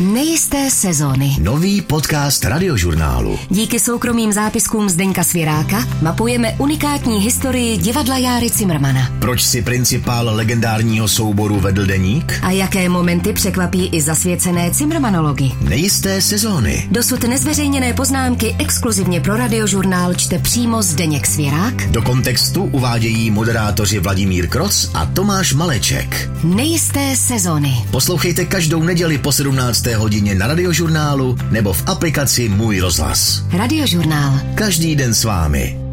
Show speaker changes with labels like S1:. S1: Nejisté sezóny.
S2: Nový podcast radiožurnálu.
S1: Díky soukromým zápiskům Zdeňka Svěráka mapujeme unikátní historii divadla Járy Cimrmana.
S2: Proč si principál legendárního souboru vedl deník?
S1: A jaké momenty překvapí i zasvěcené Cimrmanology.
S2: Nejisté sezóny.
S1: Dosud nezveřejněné poznámky exkluzivně pro radiožurnál čte přímo Zdeněk Svěrák.
S2: Do kontextu uvádějí moderátoři Vladimír Kroc a Tomáš Maleček.
S1: Nejisté sezóny.
S2: Poslouchejte každou neděli po 17. hodině na radiožurnálu nebo v aplikaci Můj rozhlas.
S1: Radiožurnál.
S2: Každý den s vámi.